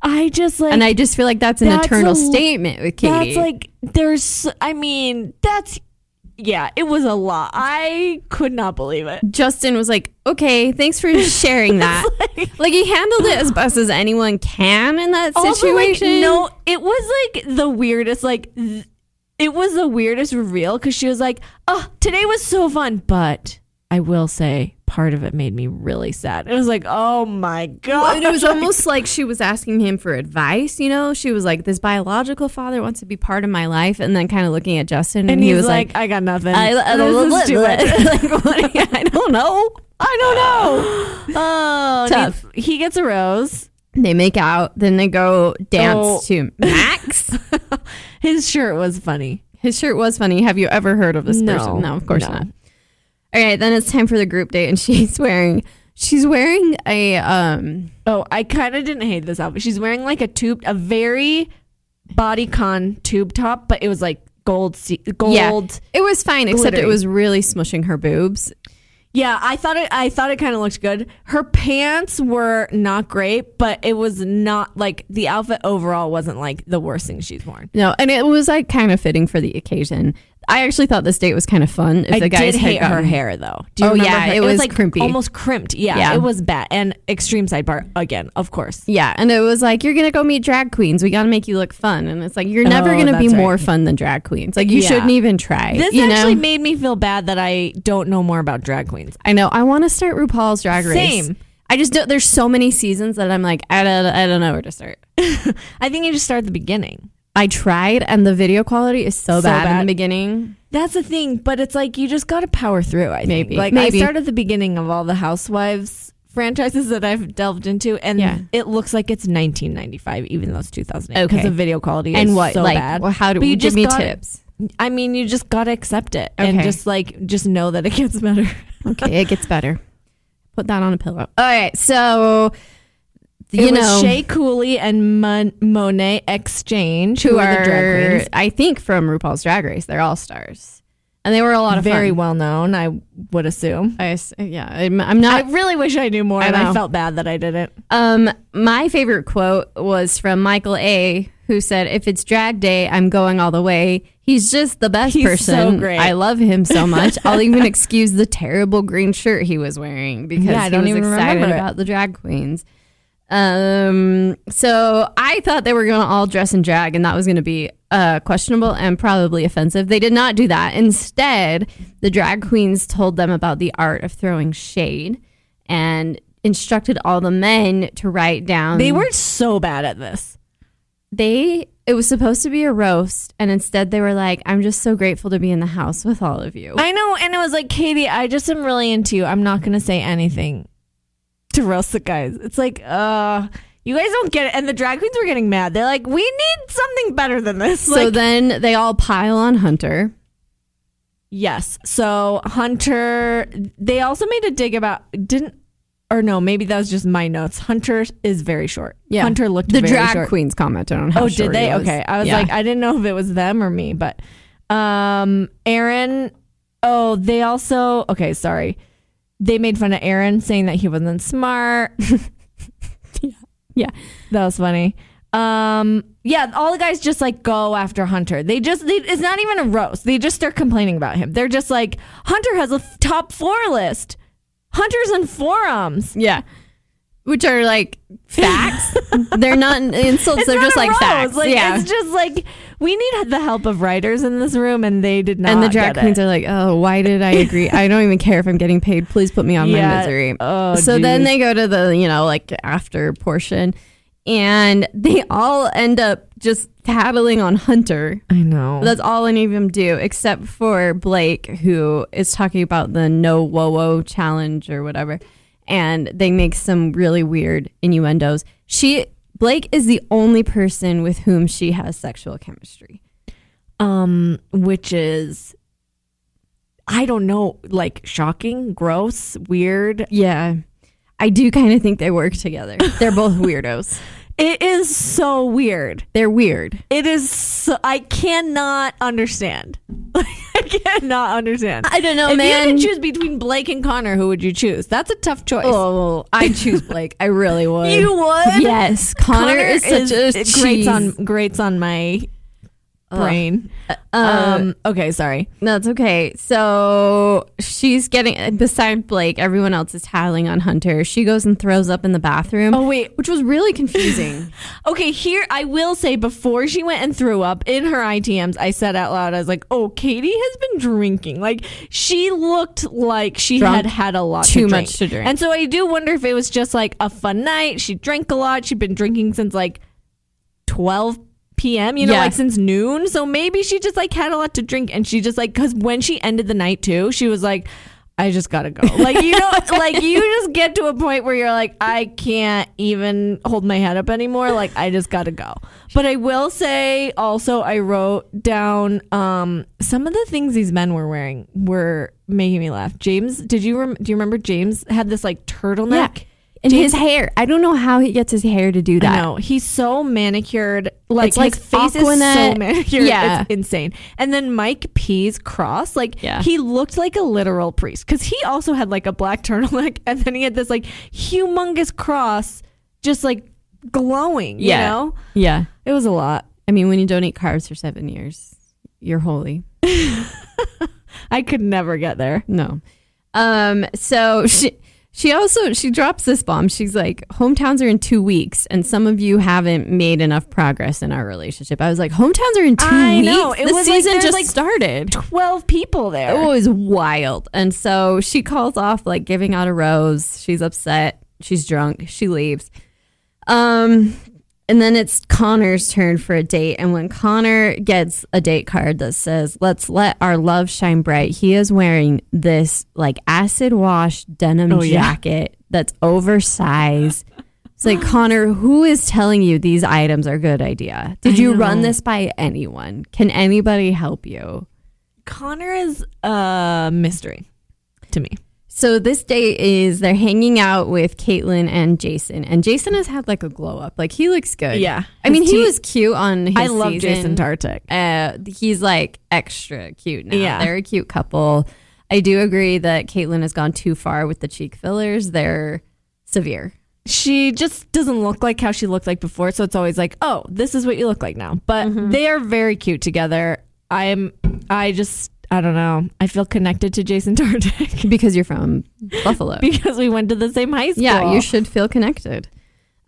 [SPEAKER 2] I just like
[SPEAKER 1] And I just feel like that's an
[SPEAKER 2] That's
[SPEAKER 1] eternal
[SPEAKER 2] a-
[SPEAKER 1] statement with Katie.
[SPEAKER 2] that's like there's I mean, that's yeah, it was a lot. I could not believe it.
[SPEAKER 1] Justin was like, okay, thanks for sharing that. like, he handled it as best as anyone can in that situation.
[SPEAKER 2] Also, like, no, it was like the weirdest. Like th- it was the weirdest reveal because she was like, "Oh, today was so fun," but I will say, part of it made me really sad. It was like, "Oh my
[SPEAKER 1] Well,
[SPEAKER 2] god!"
[SPEAKER 1] and it was almost like she was asking him for advice, you know? She was like, this biological father wants to be part of my life. And then kind of looking at Justin, and,
[SPEAKER 2] and
[SPEAKER 1] he
[SPEAKER 2] he's
[SPEAKER 1] was like,
[SPEAKER 2] like, "I got nothing.
[SPEAKER 1] I, I,
[SPEAKER 2] This is
[SPEAKER 1] like,
[SPEAKER 2] stupid."
[SPEAKER 1] what- I don't know.
[SPEAKER 2] I don't know. Oh, and
[SPEAKER 1] Tough.
[SPEAKER 2] he- He gets a rose.
[SPEAKER 1] They make out, then they go dance
[SPEAKER 2] Oh.
[SPEAKER 1] to Max.
[SPEAKER 2] His shirt was funny.
[SPEAKER 1] His shirt was funny. Have you ever heard of this person? No, of course
[SPEAKER 2] no.
[SPEAKER 1] not. All right, then it's time for the group date, and she's wearing she's wearing a um
[SPEAKER 2] Oh, I kind of didn't hate this outfit. She's wearing like a tube, a very bodycon tube top, but it was like gold, se- gold.
[SPEAKER 1] yeah, It was fine, except it
[SPEAKER 2] glittery.
[SPEAKER 1] was really smushing her boobs.
[SPEAKER 2] Yeah, I thought it. I thought it kind of looked good. Her pants were not great, but it was not like the outfit overall wasn't like the worst thing she's worn.
[SPEAKER 1] No, and it was like kind of fitting for the occasion. I actually thought this date was kind of fun. If
[SPEAKER 2] I
[SPEAKER 1] the guys
[SPEAKER 2] did
[SPEAKER 1] had
[SPEAKER 2] hate her
[SPEAKER 1] gotten-
[SPEAKER 2] hair though. Do
[SPEAKER 1] Oh,
[SPEAKER 2] remember
[SPEAKER 1] yeah,
[SPEAKER 2] her-
[SPEAKER 1] it was crimpy.
[SPEAKER 2] almost crimped. Yeah,
[SPEAKER 1] Yeah.
[SPEAKER 2] it was bad. And extreme sidebar again, of course.
[SPEAKER 1] Yeah, and it was like you're gonna go meet drag queens. We gotta make you look fun, and it's like you're never
[SPEAKER 2] Oh,
[SPEAKER 1] gonna be
[SPEAKER 2] that's
[SPEAKER 1] more
[SPEAKER 2] right.
[SPEAKER 1] fun than drag queens. Like you
[SPEAKER 2] Yeah.
[SPEAKER 1] shouldn't even try.
[SPEAKER 2] This
[SPEAKER 1] you
[SPEAKER 2] actually
[SPEAKER 1] know?
[SPEAKER 2] made me feel bad that I don't know more about drag queens.
[SPEAKER 1] I know. I want to start RuPaul's Drag Race.
[SPEAKER 2] Same.
[SPEAKER 1] I just don't. There's so many seasons that I'm like, I don't, I don't know where to start.
[SPEAKER 2] I think you just start at the beginning.
[SPEAKER 1] I tried, and the video quality is so,
[SPEAKER 2] So
[SPEAKER 1] bad, in
[SPEAKER 2] bad.
[SPEAKER 1] the beginning.
[SPEAKER 2] That's the thing, but it's like you just got to power through. I
[SPEAKER 1] Maybe.
[SPEAKER 2] think. like
[SPEAKER 1] Maybe.
[SPEAKER 2] I start at the beginning of all the Housewives franchises that I've delved into, and
[SPEAKER 1] Yeah.
[SPEAKER 2] it looks like it's 1995, even though it's 2008,
[SPEAKER 1] Okay.
[SPEAKER 2] because the video quality is
[SPEAKER 1] and what,
[SPEAKER 2] so
[SPEAKER 1] like,
[SPEAKER 2] bad.
[SPEAKER 1] well, how do
[SPEAKER 2] But
[SPEAKER 1] you
[SPEAKER 2] you
[SPEAKER 1] give
[SPEAKER 2] just
[SPEAKER 1] me
[SPEAKER 2] got it.
[SPEAKER 1] tips?
[SPEAKER 2] I mean, you just got to accept it and
[SPEAKER 1] Okay.
[SPEAKER 2] just like just know that it gets better.
[SPEAKER 1] okay, it gets better. Put that on a pillow. All right, so
[SPEAKER 2] It
[SPEAKER 1] you
[SPEAKER 2] was
[SPEAKER 1] know,
[SPEAKER 2] Shay Cooley and Mon- Monet Exchange,
[SPEAKER 1] who
[SPEAKER 2] the drag
[SPEAKER 1] are
[SPEAKER 2] queens.
[SPEAKER 1] I think from RuPaul's Drag Race. They're all stars, and they were a lot of
[SPEAKER 2] very
[SPEAKER 1] fun.
[SPEAKER 2] well known, I would assume.
[SPEAKER 1] I s- yeah, I'm, I'm
[SPEAKER 2] I
[SPEAKER 1] not.
[SPEAKER 2] really wish I knew more,
[SPEAKER 1] I
[SPEAKER 2] and I
[SPEAKER 1] know.
[SPEAKER 2] felt bad that I didn't.
[SPEAKER 1] Um, my favorite quote was from Michael A, who said, "If it's drag day, I'm going all the way. He's just the best
[SPEAKER 2] He's
[SPEAKER 1] person.
[SPEAKER 2] so great."
[SPEAKER 1] I love him so much. I'll even excuse the terrible green shirt he was wearing because
[SPEAKER 2] Yeah, I
[SPEAKER 1] he
[SPEAKER 2] don't
[SPEAKER 1] was
[SPEAKER 2] even
[SPEAKER 1] excited
[SPEAKER 2] remember it.
[SPEAKER 1] about the drag queens." Um, so I thought they were going to all dress in drag and that was going to be uh, questionable and probably offensive. They did not do that. Instead, the drag queens told them about the art of throwing shade and instructed all the men to write down
[SPEAKER 2] They were so bad at this.
[SPEAKER 1] they it was supposed to be a roast and instead they were like I'm just so grateful to be in the house with all of you.
[SPEAKER 2] I know, and it was like, Katie, I just am really into you. I'm not going to say anything to roast the guys. It's like, uh, you guys don't get it. And the drag queens were getting mad. They're like, we need something better than this.
[SPEAKER 1] so
[SPEAKER 2] like,
[SPEAKER 1] then they all pile on Hunter.
[SPEAKER 2] Yes. So Hunter, they also made a dig about didn't or no, maybe that was just my notes. Hunter is very short.
[SPEAKER 1] Yeah.
[SPEAKER 2] Hunter looked
[SPEAKER 1] The
[SPEAKER 2] very
[SPEAKER 1] drag
[SPEAKER 2] short.
[SPEAKER 1] queens commented on how
[SPEAKER 2] Oh,
[SPEAKER 1] short
[SPEAKER 2] did
[SPEAKER 1] he
[SPEAKER 2] they? Okay. I was
[SPEAKER 1] Yeah.
[SPEAKER 2] like, I didn't know if it was them or me, but um Aaron. Oh, they also okay. Sorry, they made fun of Aaron saying that he wasn't smart.
[SPEAKER 1] yeah.
[SPEAKER 2] That was funny. Um, yeah, all the guys just like go after Hunter. They just they, it's not even a roast. They just start complaining about him. They're just like Hunter has a f- top four list. Hunters and forums.
[SPEAKER 1] Yeah. Which are like facts. They're not insults.
[SPEAKER 2] It's
[SPEAKER 1] They're
[SPEAKER 2] not
[SPEAKER 1] just
[SPEAKER 2] a
[SPEAKER 1] like
[SPEAKER 2] roast.
[SPEAKER 1] facts.
[SPEAKER 2] Like,
[SPEAKER 1] yeah.
[SPEAKER 2] it's just like we need the help of writers in this room, and they did not.
[SPEAKER 1] and the drag
[SPEAKER 2] get
[SPEAKER 1] queens
[SPEAKER 2] it.
[SPEAKER 1] are like, oh, why did I agree? I don't even care if I'm getting paid. Please put me on my
[SPEAKER 2] Yeah.
[SPEAKER 1] misery.
[SPEAKER 2] Oh,
[SPEAKER 1] so then
[SPEAKER 2] geez.
[SPEAKER 1] they go to the, you know, like after portion and they all end up just tattling on Hunter.
[SPEAKER 2] I know.
[SPEAKER 1] That's all any of them do, except for Blake, who is talking about the no whoa whoa challenge or whatever. And they make some really weird innuendos. She Blake is the only person with whom she has sexual chemistry.
[SPEAKER 2] um, which is. I don't know, like shocking, gross, weird.
[SPEAKER 1] Yeah. I do kind of think they work together. They're both weirdos.
[SPEAKER 2] It is so weird.
[SPEAKER 1] They're weird.
[SPEAKER 2] It is. So, I cannot understand. I cannot understand.
[SPEAKER 1] I don't know,
[SPEAKER 2] if you
[SPEAKER 1] man.
[SPEAKER 2] could choose between Blake and Connor, who would you choose? That's a tough choice.
[SPEAKER 1] Oh, I choose Blake. I really would.
[SPEAKER 2] You would?
[SPEAKER 1] Yes. Connor, is such a
[SPEAKER 2] it grates
[SPEAKER 1] cheese.
[SPEAKER 2] on grates on my brain.
[SPEAKER 1] uh,
[SPEAKER 2] um. Okay. Sorry.
[SPEAKER 1] No, it's okay. So she's getting beside Blake. Everyone else is howling on Hunter. She goes and throws up in the bathroom.
[SPEAKER 2] Oh, wait.
[SPEAKER 1] which was really confusing.
[SPEAKER 2] Okay. Here, I will say before she went and threw up in her ITMs, I said out loud, I was like, "Oh, Katie has been drinking. Like she looked like she
[SPEAKER 1] Drunk.
[SPEAKER 2] had had a lot
[SPEAKER 1] Too
[SPEAKER 2] to
[SPEAKER 1] much to drink.
[SPEAKER 2] And so I do wonder if it was just like a fun night. She drank a lot. She'd been drinking since like twelve. PM, you know,
[SPEAKER 1] Yeah.
[SPEAKER 2] like since noon. So maybe she just like had a lot to drink and she just like, cause when she ended the night too, she was like, I just gotta go. Like, you know, like you just get to a point where you're like, I can't even hold my head up anymore. Like, I just gotta go. But I will say also, I wrote down um, some of the things these men were wearing were making me laugh. James, did you, rem- do you remember James had this like turtleneck?
[SPEAKER 1] and his hair. I don't know how he gets his hair to do
[SPEAKER 2] I
[SPEAKER 1] that.
[SPEAKER 2] know. He's so manicured. Like
[SPEAKER 1] It's
[SPEAKER 2] his
[SPEAKER 1] like
[SPEAKER 2] face is
[SPEAKER 1] Aquanet.
[SPEAKER 2] so manicured.
[SPEAKER 1] Yeah.
[SPEAKER 2] It's insane. And then Mike P's cross, like
[SPEAKER 1] Yeah.
[SPEAKER 2] he looked like a literal priest. Cause he also had like a black turtleneck and then he had this like humongous cross just like glowing, you know?
[SPEAKER 1] Yeah.
[SPEAKER 2] It was a lot.
[SPEAKER 1] I mean, when you don't eat carbs for seven years, You're holy.
[SPEAKER 2] I could never get there.
[SPEAKER 1] No. Um, so she she also she drops this bomb. She's like, hometowns are in two weeks, and some of you haven't made enough progress in our relationship. I was like, hometowns are in two
[SPEAKER 2] I
[SPEAKER 1] weeks.
[SPEAKER 2] know. It
[SPEAKER 1] the
[SPEAKER 2] was like
[SPEAKER 1] season
[SPEAKER 2] there's
[SPEAKER 1] just
[SPEAKER 2] like-
[SPEAKER 1] started.
[SPEAKER 2] 12 people there.
[SPEAKER 1] Oh, It was wild. And so she calls off like giving out a rose. She's upset. She's drunk. She leaves. Um and then it's Connor's turn for a date. And when Connor gets a date card that says, Let's let our love shine bright, he is wearing this like acid wash denim
[SPEAKER 2] Oh, yeah.
[SPEAKER 1] jacket that's oversized. It's like, Connor, who is telling you these items are a good idea? Did
[SPEAKER 2] I
[SPEAKER 1] you run
[SPEAKER 2] know.
[SPEAKER 1] this by anyone? Can anybody help you?
[SPEAKER 2] Connor is a mystery to me.
[SPEAKER 1] So this day is they're hanging out with Caitlyn and Jason, and Jason has had like a glow up. Like he looks good.
[SPEAKER 2] Yeah.
[SPEAKER 1] I mean
[SPEAKER 2] His
[SPEAKER 1] he
[SPEAKER 2] teeth-
[SPEAKER 1] was cute on. His
[SPEAKER 2] I love
[SPEAKER 1] season.
[SPEAKER 2] Jason Tartik.
[SPEAKER 1] Uh, he's like extra cute now.
[SPEAKER 2] Yeah.
[SPEAKER 1] they're a cute couple. I do agree that Caitlyn has gone too far with the cheek fillers. They're severe.
[SPEAKER 2] She just doesn't look like how she looked like before, so it's always like, "Oh, this is what you look like now." But
[SPEAKER 1] Mm-hmm.
[SPEAKER 2] they are very cute together. I'm I just I don't know. I feel connected to Jason Tartik
[SPEAKER 1] because you're from Buffalo.
[SPEAKER 2] because we went to the same high school.
[SPEAKER 1] Yeah, you should feel connected.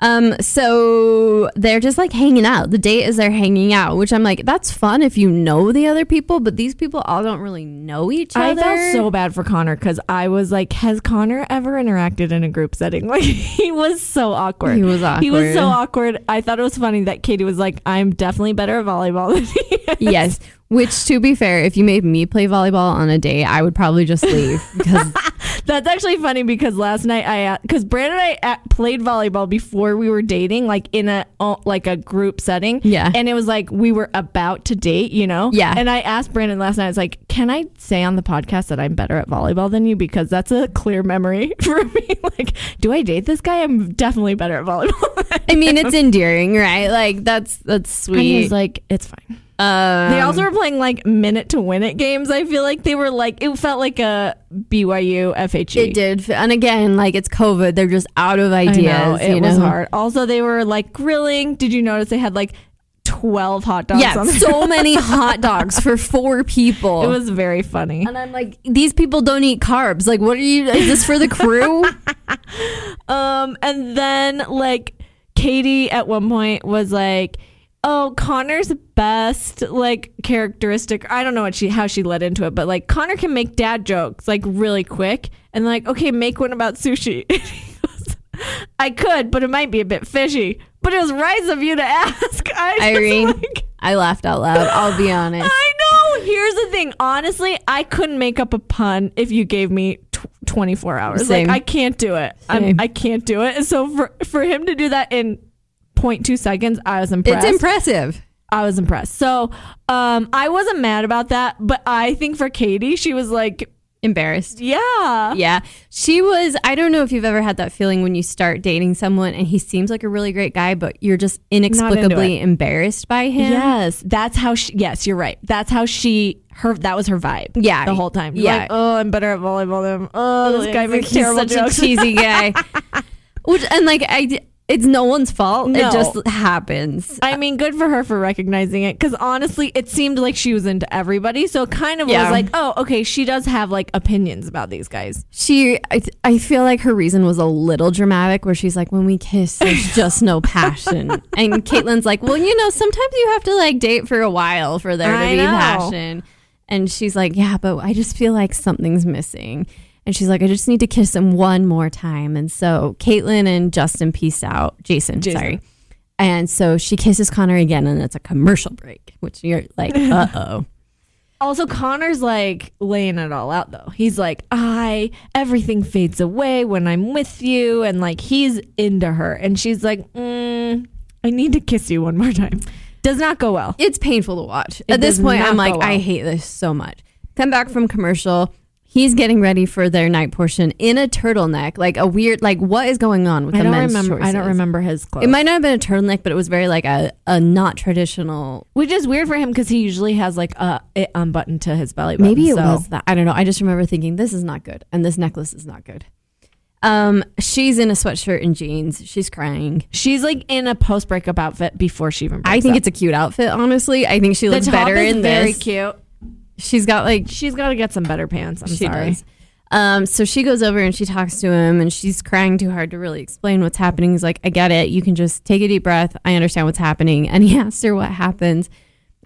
[SPEAKER 1] Um, so they're just like hanging out. The date is they're hanging out, which I'm like, that's fun if you know the other people, but these people all don't really know each
[SPEAKER 2] I
[SPEAKER 1] other.
[SPEAKER 2] felt so bad for Connor because I was like, has Connor ever interacted in a group setting? Like, he was so awkward.
[SPEAKER 1] He was
[SPEAKER 2] He was
[SPEAKER 1] awkward.
[SPEAKER 2] so awkward. I thought it was funny that Katie was like, I'm definitely better at volleyball than he is.
[SPEAKER 1] yes. Which, to be fair, if you made me play volleyball on a date, I would probably just leave because
[SPEAKER 2] That's actually funny because last night I, because Brandon and I at, played volleyball before we were dating, like in a, uh, like a group setting.
[SPEAKER 1] Yeah.
[SPEAKER 2] And it was like, we were about to date, you know?
[SPEAKER 1] Yeah.
[SPEAKER 2] And I asked Brandon last night, I was like, can I say on the podcast that I'm better at volleyball than you? Because that's a clear memory for me. like, do I date this guy? I'm definitely better at volleyball.
[SPEAKER 1] I mean it's endearing, right? Like that's that's
[SPEAKER 2] And he
[SPEAKER 1] sweet.
[SPEAKER 2] was like, it's fine.
[SPEAKER 1] um,
[SPEAKER 2] They also were playing like minute to win it games. I feel like they were like it felt like a BYU FHE.
[SPEAKER 1] it did, and again, like it's COVID, they're just out of
[SPEAKER 2] I
[SPEAKER 1] ideas.
[SPEAKER 2] know, it
[SPEAKER 1] you
[SPEAKER 2] was
[SPEAKER 1] know?
[SPEAKER 2] hard. Also, they were like grilling. Did you notice they had like twelve hot dogs?
[SPEAKER 1] Yeah,
[SPEAKER 2] on the
[SPEAKER 1] so many hot dogs for four people.
[SPEAKER 2] It was very funny.
[SPEAKER 1] And I'm like, these people don't eat carbs. Like, what are you? Is this for the crew?
[SPEAKER 2] Um, and then like Katie at one point was like, "Oh, Connor's best like characteristic. I don't know what she how she led into it, but like Connor can make dad jokes like really quick, and like okay, make one about sushi. I could, but it might be a bit fishy. But it was wise of you to ask. I just,
[SPEAKER 1] Irene.
[SPEAKER 2] like-
[SPEAKER 1] I laughed out loud. I'll be honest.
[SPEAKER 2] I know. Here's the thing. Honestly, I couldn't make up a pun if you gave me tw- 24 hours.
[SPEAKER 1] Same.
[SPEAKER 2] Like I can't do it. I'm,
[SPEAKER 1] Same.
[SPEAKER 2] I can't do it. And so for for him to do that in 0.2 seconds, I was
[SPEAKER 1] It's
[SPEAKER 2] impressed.
[SPEAKER 1] impressive.
[SPEAKER 2] I was impressed. So um, I wasn't mad about that, but I think for Katie, she was like,
[SPEAKER 1] Embarrassed.
[SPEAKER 2] yeah.
[SPEAKER 1] Yeah. She was, I don't know if you've ever had that feeling when you start dating someone and he seems like a really great guy, but you're just inexplicably embarrassed by him.
[SPEAKER 2] Yes, that's how she. Yes, you're right. That's how she. Her that was her vibe.
[SPEAKER 1] Yeah.
[SPEAKER 2] the whole time.
[SPEAKER 1] Yeah.
[SPEAKER 2] Like, oh, I'm better at volleyball than. Oh, this guy makes
[SPEAKER 1] He's
[SPEAKER 2] terrible
[SPEAKER 1] such
[SPEAKER 2] jokes.
[SPEAKER 1] a cheesy guy. Which, and like, I, d- it's no one's fault.
[SPEAKER 2] No.
[SPEAKER 1] It just happens.
[SPEAKER 2] I mean, good for her for recognizing it because honestly, it seemed like she was into everybody. So it kind of
[SPEAKER 1] Yeah.
[SPEAKER 2] was like, oh, okay, she does have like opinions about these guys.
[SPEAKER 1] She, I, th- I feel like her reason was a little dramatic, where she's like, "When we kiss, there's just no passion." and Caitlin's like, "Well, you know, sometimes you have to like date for a while for there to
[SPEAKER 2] I
[SPEAKER 1] be
[SPEAKER 2] know.
[SPEAKER 1] passion." And she's like, "Yeah, but I just feel like something's missing." And she's like, "I just need to kiss him one more time." And so Caitlin and Justin peace out. Jason,
[SPEAKER 2] Jason.
[SPEAKER 1] sorry. And so she kisses Connor again, and it's a commercial break, which you're like, "Uh oh."
[SPEAKER 2] Also, Connor's like laying it all out though. He's like, I, everything fades away when I'm with you. And like, he's into her. And she's like, mm, I need to kiss you one more time. Does not go well.
[SPEAKER 1] it's painful to watch.
[SPEAKER 2] It
[SPEAKER 1] At this
[SPEAKER 2] does
[SPEAKER 1] point,
[SPEAKER 2] not
[SPEAKER 1] I'm like,
[SPEAKER 2] go well.
[SPEAKER 1] I hate this so much. Come back from commercial. He's getting ready for their night portion in a turtleneck, like a weird, like what is going on with
[SPEAKER 2] I
[SPEAKER 1] the
[SPEAKER 2] don't
[SPEAKER 1] men's
[SPEAKER 2] remember. I don't
[SPEAKER 1] choices?
[SPEAKER 2] remember his clothes.
[SPEAKER 1] It might not have been a turtleneck, but it was very like a, a not traditional.
[SPEAKER 2] which is weird for him because he usually has like uh, it unbuttoned to his belly button.
[SPEAKER 1] Maybe it
[SPEAKER 2] so-
[SPEAKER 1] was that. I don't know. I just remember thinking this is not good, and this necklace is not good. Um, she's in a sweatshirt and jeans. She's crying.
[SPEAKER 2] She's like in a post breakup outfit before she even.
[SPEAKER 1] I
[SPEAKER 2] breaks
[SPEAKER 1] think
[SPEAKER 2] up.
[SPEAKER 1] it's a cute outfit, honestly. I think she looks
[SPEAKER 2] the top
[SPEAKER 1] better
[SPEAKER 2] is
[SPEAKER 1] in
[SPEAKER 2] very
[SPEAKER 1] this.
[SPEAKER 2] cute.
[SPEAKER 1] She's got like
[SPEAKER 2] She's got to get some better pants. I'm
[SPEAKER 1] she
[SPEAKER 2] sorry.
[SPEAKER 1] does. Um, so she goes over and she talks to him, and she's crying too hard to really explain what's happening. He's like, "I get it. You can just take a deep breath. I understand what's happening." And he asks her what happened,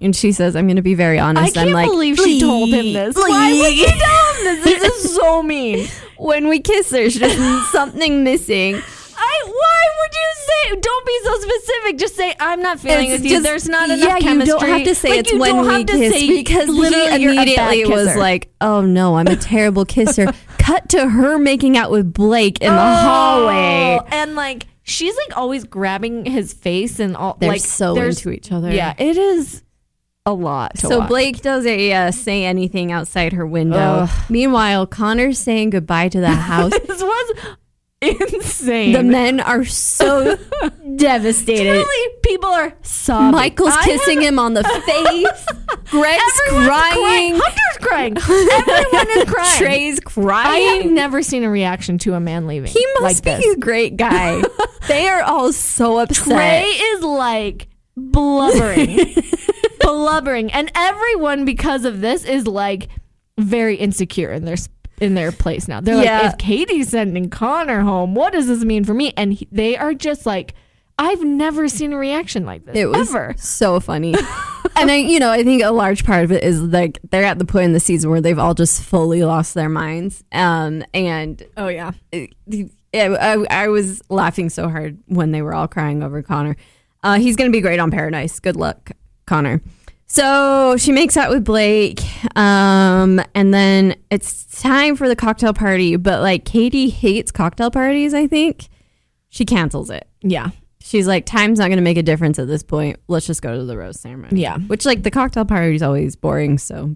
[SPEAKER 1] and she says, "I'm going to be very honest.
[SPEAKER 2] I can't
[SPEAKER 1] am like,
[SPEAKER 2] believe she told him this. Why would you
[SPEAKER 1] please."
[SPEAKER 2] tell him this? This is so mean.
[SPEAKER 1] When we kiss, there's just something missing.
[SPEAKER 2] I. Why would you say? Don't be so specific. Just say I'm not feeling
[SPEAKER 1] It's
[SPEAKER 2] with you.
[SPEAKER 1] just-
[SPEAKER 2] There's not enough
[SPEAKER 1] yeah,
[SPEAKER 2] chemistry.
[SPEAKER 1] you don't have to say
[SPEAKER 2] Like,
[SPEAKER 1] it's
[SPEAKER 2] you
[SPEAKER 1] when
[SPEAKER 2] don't
[SPEAKER 1] we
[SPEAKER 2] have to
[SPEAKER 1] kiss
[SPEAKER 2] say
[SPEAKER 1] because
[SPEAKER 2] he-
[SPEAKER 1] literally
[SPEAKER 2] you're a bad
[SPEAKER 1] immediately it was
[SPEAKER 2] kisser.
[SPEAKER 1] like, oh no, I'm a terrible kisser. Cut to her making out with Blake in the hallway.
[SPEAKER 2] Oh, and like she's like always grabbing his face and all.
[SPEAKER 1] They're
[SPEAKER 2] like
[SPEAKER 1] so
[SPEAKER 2] there's-
[SPEAKER 1] into each other.
[SPEAKER 2] Yeah, it is a lot. To
[SPEAKER 1] So
[SPEAKER 2] watch.
[SPEAKER 1] Blake doesn't uh, say anything outside her window.
[SPEAKER 2] Ugh.
[SPEAKER 1] Meanwhile, Connor's saying goodbye to the house.
[SPEAKER 2] this was insane.
[SPEAKER 1] the men are so devastated.
[SPEAKER 2] Literally, people are sobbing.
[SPEAKER 1] Michael's
[SPEAKER 2] I
[SPEAKER 1] kissing
[SPEAKER 2] have-
[SPEAKER 1] him on the face. Greg's
[SPEAKER 2] Everyone's
[SPEAKER 1] crying.
[SPEAKER 2] Hunter's crying. Everyone is crying.
[SPEAKER 1] Trey's
[SPEAKER 2] I have
[SPEAKER 1] crying.
[SPEAKER 2] never seen a reaction to a man leaving.
[SPEAKER 1] He must
[SPEAKER 2] like
[SPEAKER 1] be
[SPEAKER 2] This.
[SPEAKER 1] a great guy. they are all so upset.
[SPEAKER 2] Trey is like blubbering, blubbering, and everyone because of this is like very insecure in their s- in their place now. They're
[SPEAKER 1] Yeah.
[SPEAKER 2] like, if Katie's sending Connor home, what does this mean for me? And he, they are just like, I've never seen a reaction like this
[SPEAKER 1] It was
[SPEAKER 2] ever.
[SPEAKER 1] so funny. and I, you know, I think a large part of it is like they're at the point in the season where they've all just fully lost their minds. Um, and
[SPEAKER 2] Oh yeah,
[SPEAKER 1] it, I, I was laughing so hard when they were all crying over Connor. Uh, he's going to be great on Paradise. Good luck, Connor. So she makes out with Blake, um, and then it's time for the cocktail party. But like Katie hates cocktail parties, I think. She cancels it.
[SPEAKER 2] yeah.
[SPEAKER 1] She's like, time's not going to make a difference at this point. Let's just go to the rose ceremony.
[SPEAKER 2] Yeah.
[SPEAKER 1] Which, like, the cocktail party's always boring. So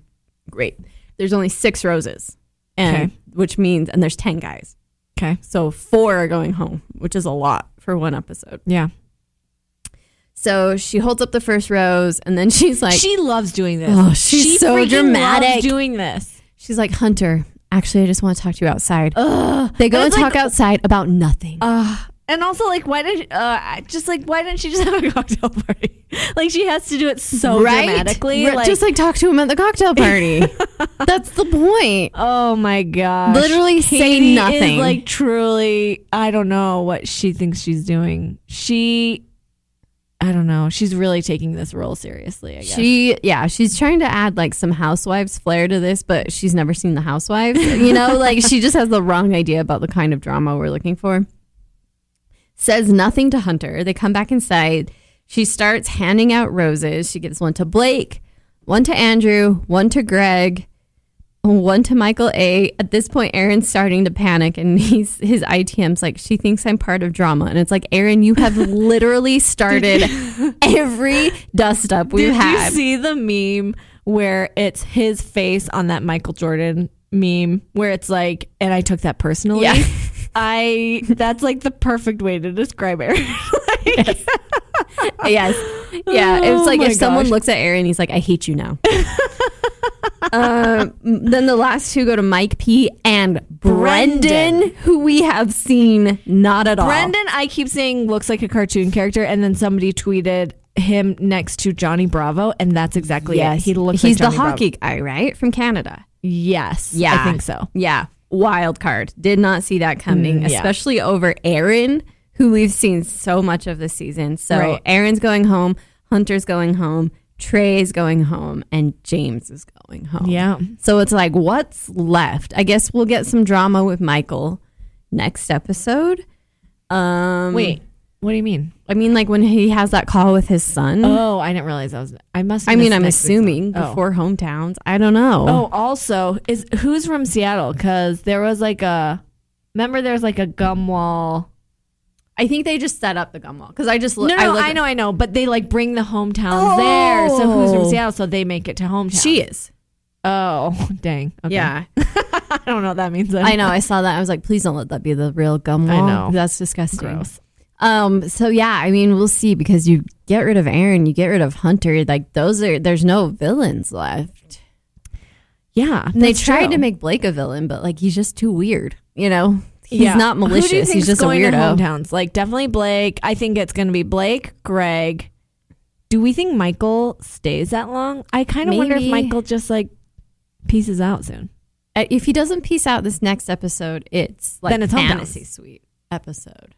[SPEAKER 1] great. There's only six roses, and
[SPEAKER 2] Okay.
[SPEAKER 1] which means, and there's 10 guys.
[SPEAKER 2] Okay.
[SPEAKER 1] So four are going home, which is a lot for one episode.
[SPEAKER 2] Yeah.
[SPEAKER 1] So she holds up the first rose and then she's like,
[SPEAKER 2] she loves doing this.
[SPEAKER 1] Oh, she's
[SPEAKER 2] she
[SPEAKER 1] so
[SPEAKER 2] freaking
[SPEAKER 1] dramatic.
[SPEAKER 2] Loves doing this.
[SPEAKER 1] she's like, Hunter, actually, I just want to talk to you outside.
[SPEAKER 2] Ugh.
[SPEAKER 1] They go
[SPEAKER 2] And
[SPEAKER 1] and
[SPEAKER 2] it's
[SPEAKER 1] talk
[SPEAKER 2] Uh, like- Oh,
[SPEAKER 1] outside about nothing.
[SPEAKER 2] Ugh. and also, like, why did uh, I- just like why didn't she just have a cocktail party? like, she has to do it so dramatically.
[SPEAKER 1] Right?
[SPEAKER 2] Like,
[SPEAKER 1] just like talk to him at the cocktail party. That's the point.
[SPEAKER 2] oh my god,
[SPEAKER 1] Literally say nothing.
[SPEAKER 2] like, truly, I don't know what she thinks she's doing. She, I don't know. She's really taking this role seriously. I guess.
[SPEAKER 1] She, yeah, she's trying to add like some housewives flair to this, but she's never seen the housewives. You know, like she just has the wrong idea about the kind of drama we're looking for. Says nothing to Hunter. They come back inside. She starts handing out roses. She gives one to Blake, one to Andrew, one to Greg, one to Michael A. At this point, Aaron's starting to panic, and he's his ITM's like, she thinks I'm part of drama, and it's like, Aaron, you have literally started every dust up we've
[SPEAKER 2] Did
[SPEAKER 1] had.
[SPEAKER 2] you see the meme where it's his face on that Michael Jordan meme where it's like, and I took that personally?
[SPEAKER 1] Yeah.
[SPEAKER 2] I that's like the perfect way to describe Aaron. Like,
[SPEAKER 1] yes, yeah, it was
[SPEAKER 2] Oh
[SPEAKER 1] like
[SPEAKER 2] my
[SPEAKER 1] if someone
[SPEAKER 2] gosh.
[SPEAKER 1] looks at Aaron, he's like, I hate you now. um, then the last two go to Mike P and Brendan,
[SPEAKER 2] Brendan.
[SPEAKER 1] who we have seen not at all.
[SPEAKER 2] Brendan, I keep saying looks like a cartoon character, and then somebody tweeted him next to Johnny Bravo, and that's exactly it. He looks
[SPEAKER 1] he's
[SPEAKER 2] like
[SPEAKER 1] the
[SPEAKER 2] Johnny Bravo.
[SPEAKER 1] hockey guy, right, from Canada.
[SPEAKER 2] Yes.
[SPEAKER 1] Yeah.
[SPEAKER 2] I think so.
[SPEAKER 1] Yeah. Wild card. Did not see that coming,
[SPEAKER 2] Mm, yeah.
[SPEAKER 1] especially over Aaron, who we've seen so much of this season. So
[SPEAKER 2] Right.
[SPEAKER 1] Aaron's going home, Hunter's going home, Trey's going home, and James is going home.
[SPEAKER 2] Yeah.
[SPEAKER 1] So it's like, what's left? I guess we'll get some drama with Michael next episode. Um,
[SPEAKER 2] Wait, what do you mean?
[SPEAKER 1] I mean, like when he has that call with his son.
[SPEAKER 2] Oh, I didn't realize I was. I must.
[SPEAKER 1] Um, I
[SPEAKER 2] have
[SPEAKER 1] mean,
[SPEAKER 2] missed
[SPEAKER 1] I'm
[SPEAKER 2] next week's
[SPEAKER 1] assuming
[SPEAKER 2] one. Oh.
[SPEAKER 1] before hometowns. I don't know.
[SPEAKER 2] Oh, also, is who's from Seattle? Because there was like a. Remember, there's like a gum wall.
[SPEAKER 1] I think they just set up the gum wall because I just
[SPEAKER 2] No,
[SPEAKER 1] look.
[SPEAKER 2] no, I, know, I know, but they like bring the hometowns there. So who's from
[SPEAKER 1] Oh.
[SPEAKER 2] Seattle? So they make it to hometown.
[SPEAKER 1] She is.
[SPEAKER 2] Oh, dang. Okay.
[SPEAKER 1] Yeah,
[SPEAKER 2] I don't know what that means.
[SPEAKER 1] I know. I saw that. I was like, please don't let that be the real gum
[SPEAKER 2] I
[SPEAKER 1] wall.
[SPEAKER 2] know.
[SPEAKER 1] That's disgusting.
[SPEAKER 2] Gross.
[SPEAKER 1] Um. So yeah, I mean, we'll see because you get rid of Aaron, you get rid of Hunter. Like those are there's no villains left.
[SPEAKER 2] Yeah.
[SPEAKER 1] And they
[SPEAKER 2] that's
[SPEAKER 1] tried
[SPEAKER 2] true.
[SPEAKER 1] to make Blake a villain, but like he's just too weird. You know, He's not malicious.
[SPEAKER 2] Who do you
[SPEAKER 1] He's
[SPEAKER 2] think's
[SPEAKER 1] just a
[SPEAKER 2] going to
[SPEAKER 1] weirdo.
[SPEAKER 2] hometowns? Like definitely Blake. I think it's going to be Blake, Greg. Do we think Michael stays that long? I kind of wonder if
[SPEAKER 1] Maybe.
[SPEAKER 2] Michael just like pieces out soon.
[SPEAKER 1] Uh, If he doesn't piece out this next episode, it's like
[SPEAKER 2] Then it's hometowns.
[SPEAKER 1] fantasy suite episode.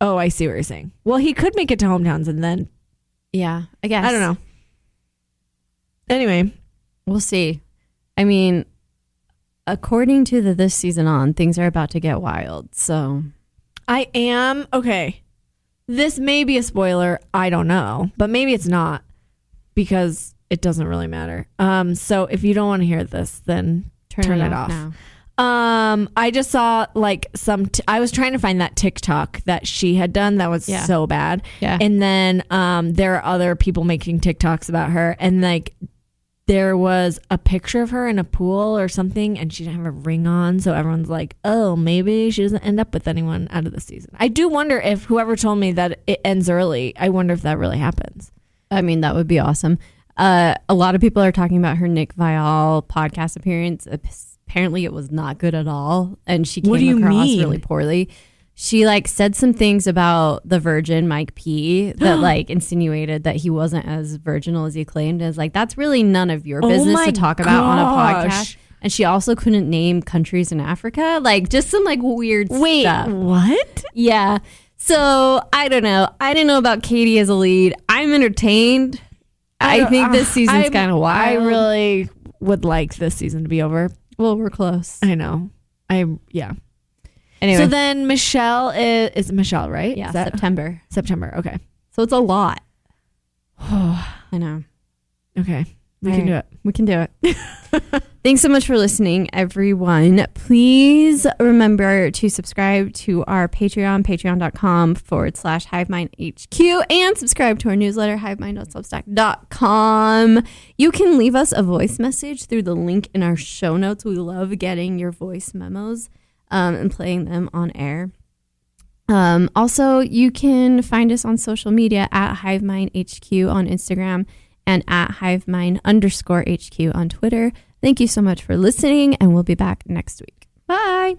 [SPEAKER 2] Oh, I see what you're saying. Well, he could make it to hometowns and then
[SPEAKER 1] Yeah, I guess
[SPEAKER 2] I don't know. Anyway,
[SPEAKER 1] We'll see. I mean, according to the this season on, things are about to get wild. So
[SPEAKER 2] I am okay. This may be a spoiler. I don't know, but maybe it's not because it doesn't really matter. Um, so if you don't want to hear this, then
[SPEAKER 1] turn, it, off. now.
[SPEAKER 2] Um, I just saw like some. T- I was trying to find that TikTok that she had done that was
[SPEAKER 1] Yeah.
[SPEAKER 2] so bad.
[SPEAKER 1] Yeah.
[SPEAKER 2] And then um, there are other people making TikToks about her, and like there was a picture of her in a pool or something, and she didn't have a ring on, so everyone's like, "Oh, maybe she doesn't end up with anyone out of the season." I do wonder if whoever told me that it ends early, I wonder if that really happens.
[SPEAKER 1] I mean, that would be awesome. Uh, a lot of people are talking about her Nick Vial podcast appearance. Apparently, it was not good at all, and she came
[SPEAKER 2] What do you
[SPEAKER 1] across
[SPEAKER 2] mean?
[SPEAKER 1] really poorly. She like said some things about the Virgin Mike P that like insinuated that he wasn't as virginal as he claimed. As like that's really none of your
[SPEAKER 2] Oh
[SPEAKER 1] business
[SPEAKER 2] my
[SPEAKER 1] to talk about on a podcast.
[SPEAKER 2] gosh.
[SPEAKER 1] And she also couldn't name countries in Africa, like just some like weird stuff.
[SPEAKER 2] what?
[SPEAKER 1] Yeah. So I don't know. I didn't know about Katie as a lead. I'm entertained. I,
[SPEAKER 2] don't-
[SPEAKER 1] think this
[SPEAKER 2] uh,
[SPEAKER 1] season's
[SPEAKER 2] I'm-
[SPEAKER 1] kind of wild.
[SPEAKER 2] I really would like this season to be over.
[SPEAKER 1] well, we're close.
[SPEAKER 2] I know. I yeah.
[SPEAKER 1] Anyway,
[SPEAKER 2] So then Michelle is is it Michelle right?
[SPEAKER 1] yeah,
[SPEAKER 2] Is that-
[SPEAKER 1] September.
[SPEAKER 2] September. Okay.
[SPEAKER 1] So it's a lot. I know.
[SPEAKER 2] Okay. We
[SPEAKER 1] All
[SPEAKER 2] can do
[SPEAKER 1] right.
[SPEAKER 2] it.
[SPEAKER 1] We can do it. Thanks so much for listening, everyone. Please remember to subscribe to our Patreon, patreon.com forward slash HiveMindHQ, and subscribe to our newsletter, hivemind.substack.com. You can leave us a voice message through the link in our show notes. We love getting your voice memos um, and playing them on air. Um, also, you can find us on social media at HiveMindHQ on Instagram and at HiveMind underscore HQ on Twitter. Thank you so much for listening, and we'll be back next week. Bye.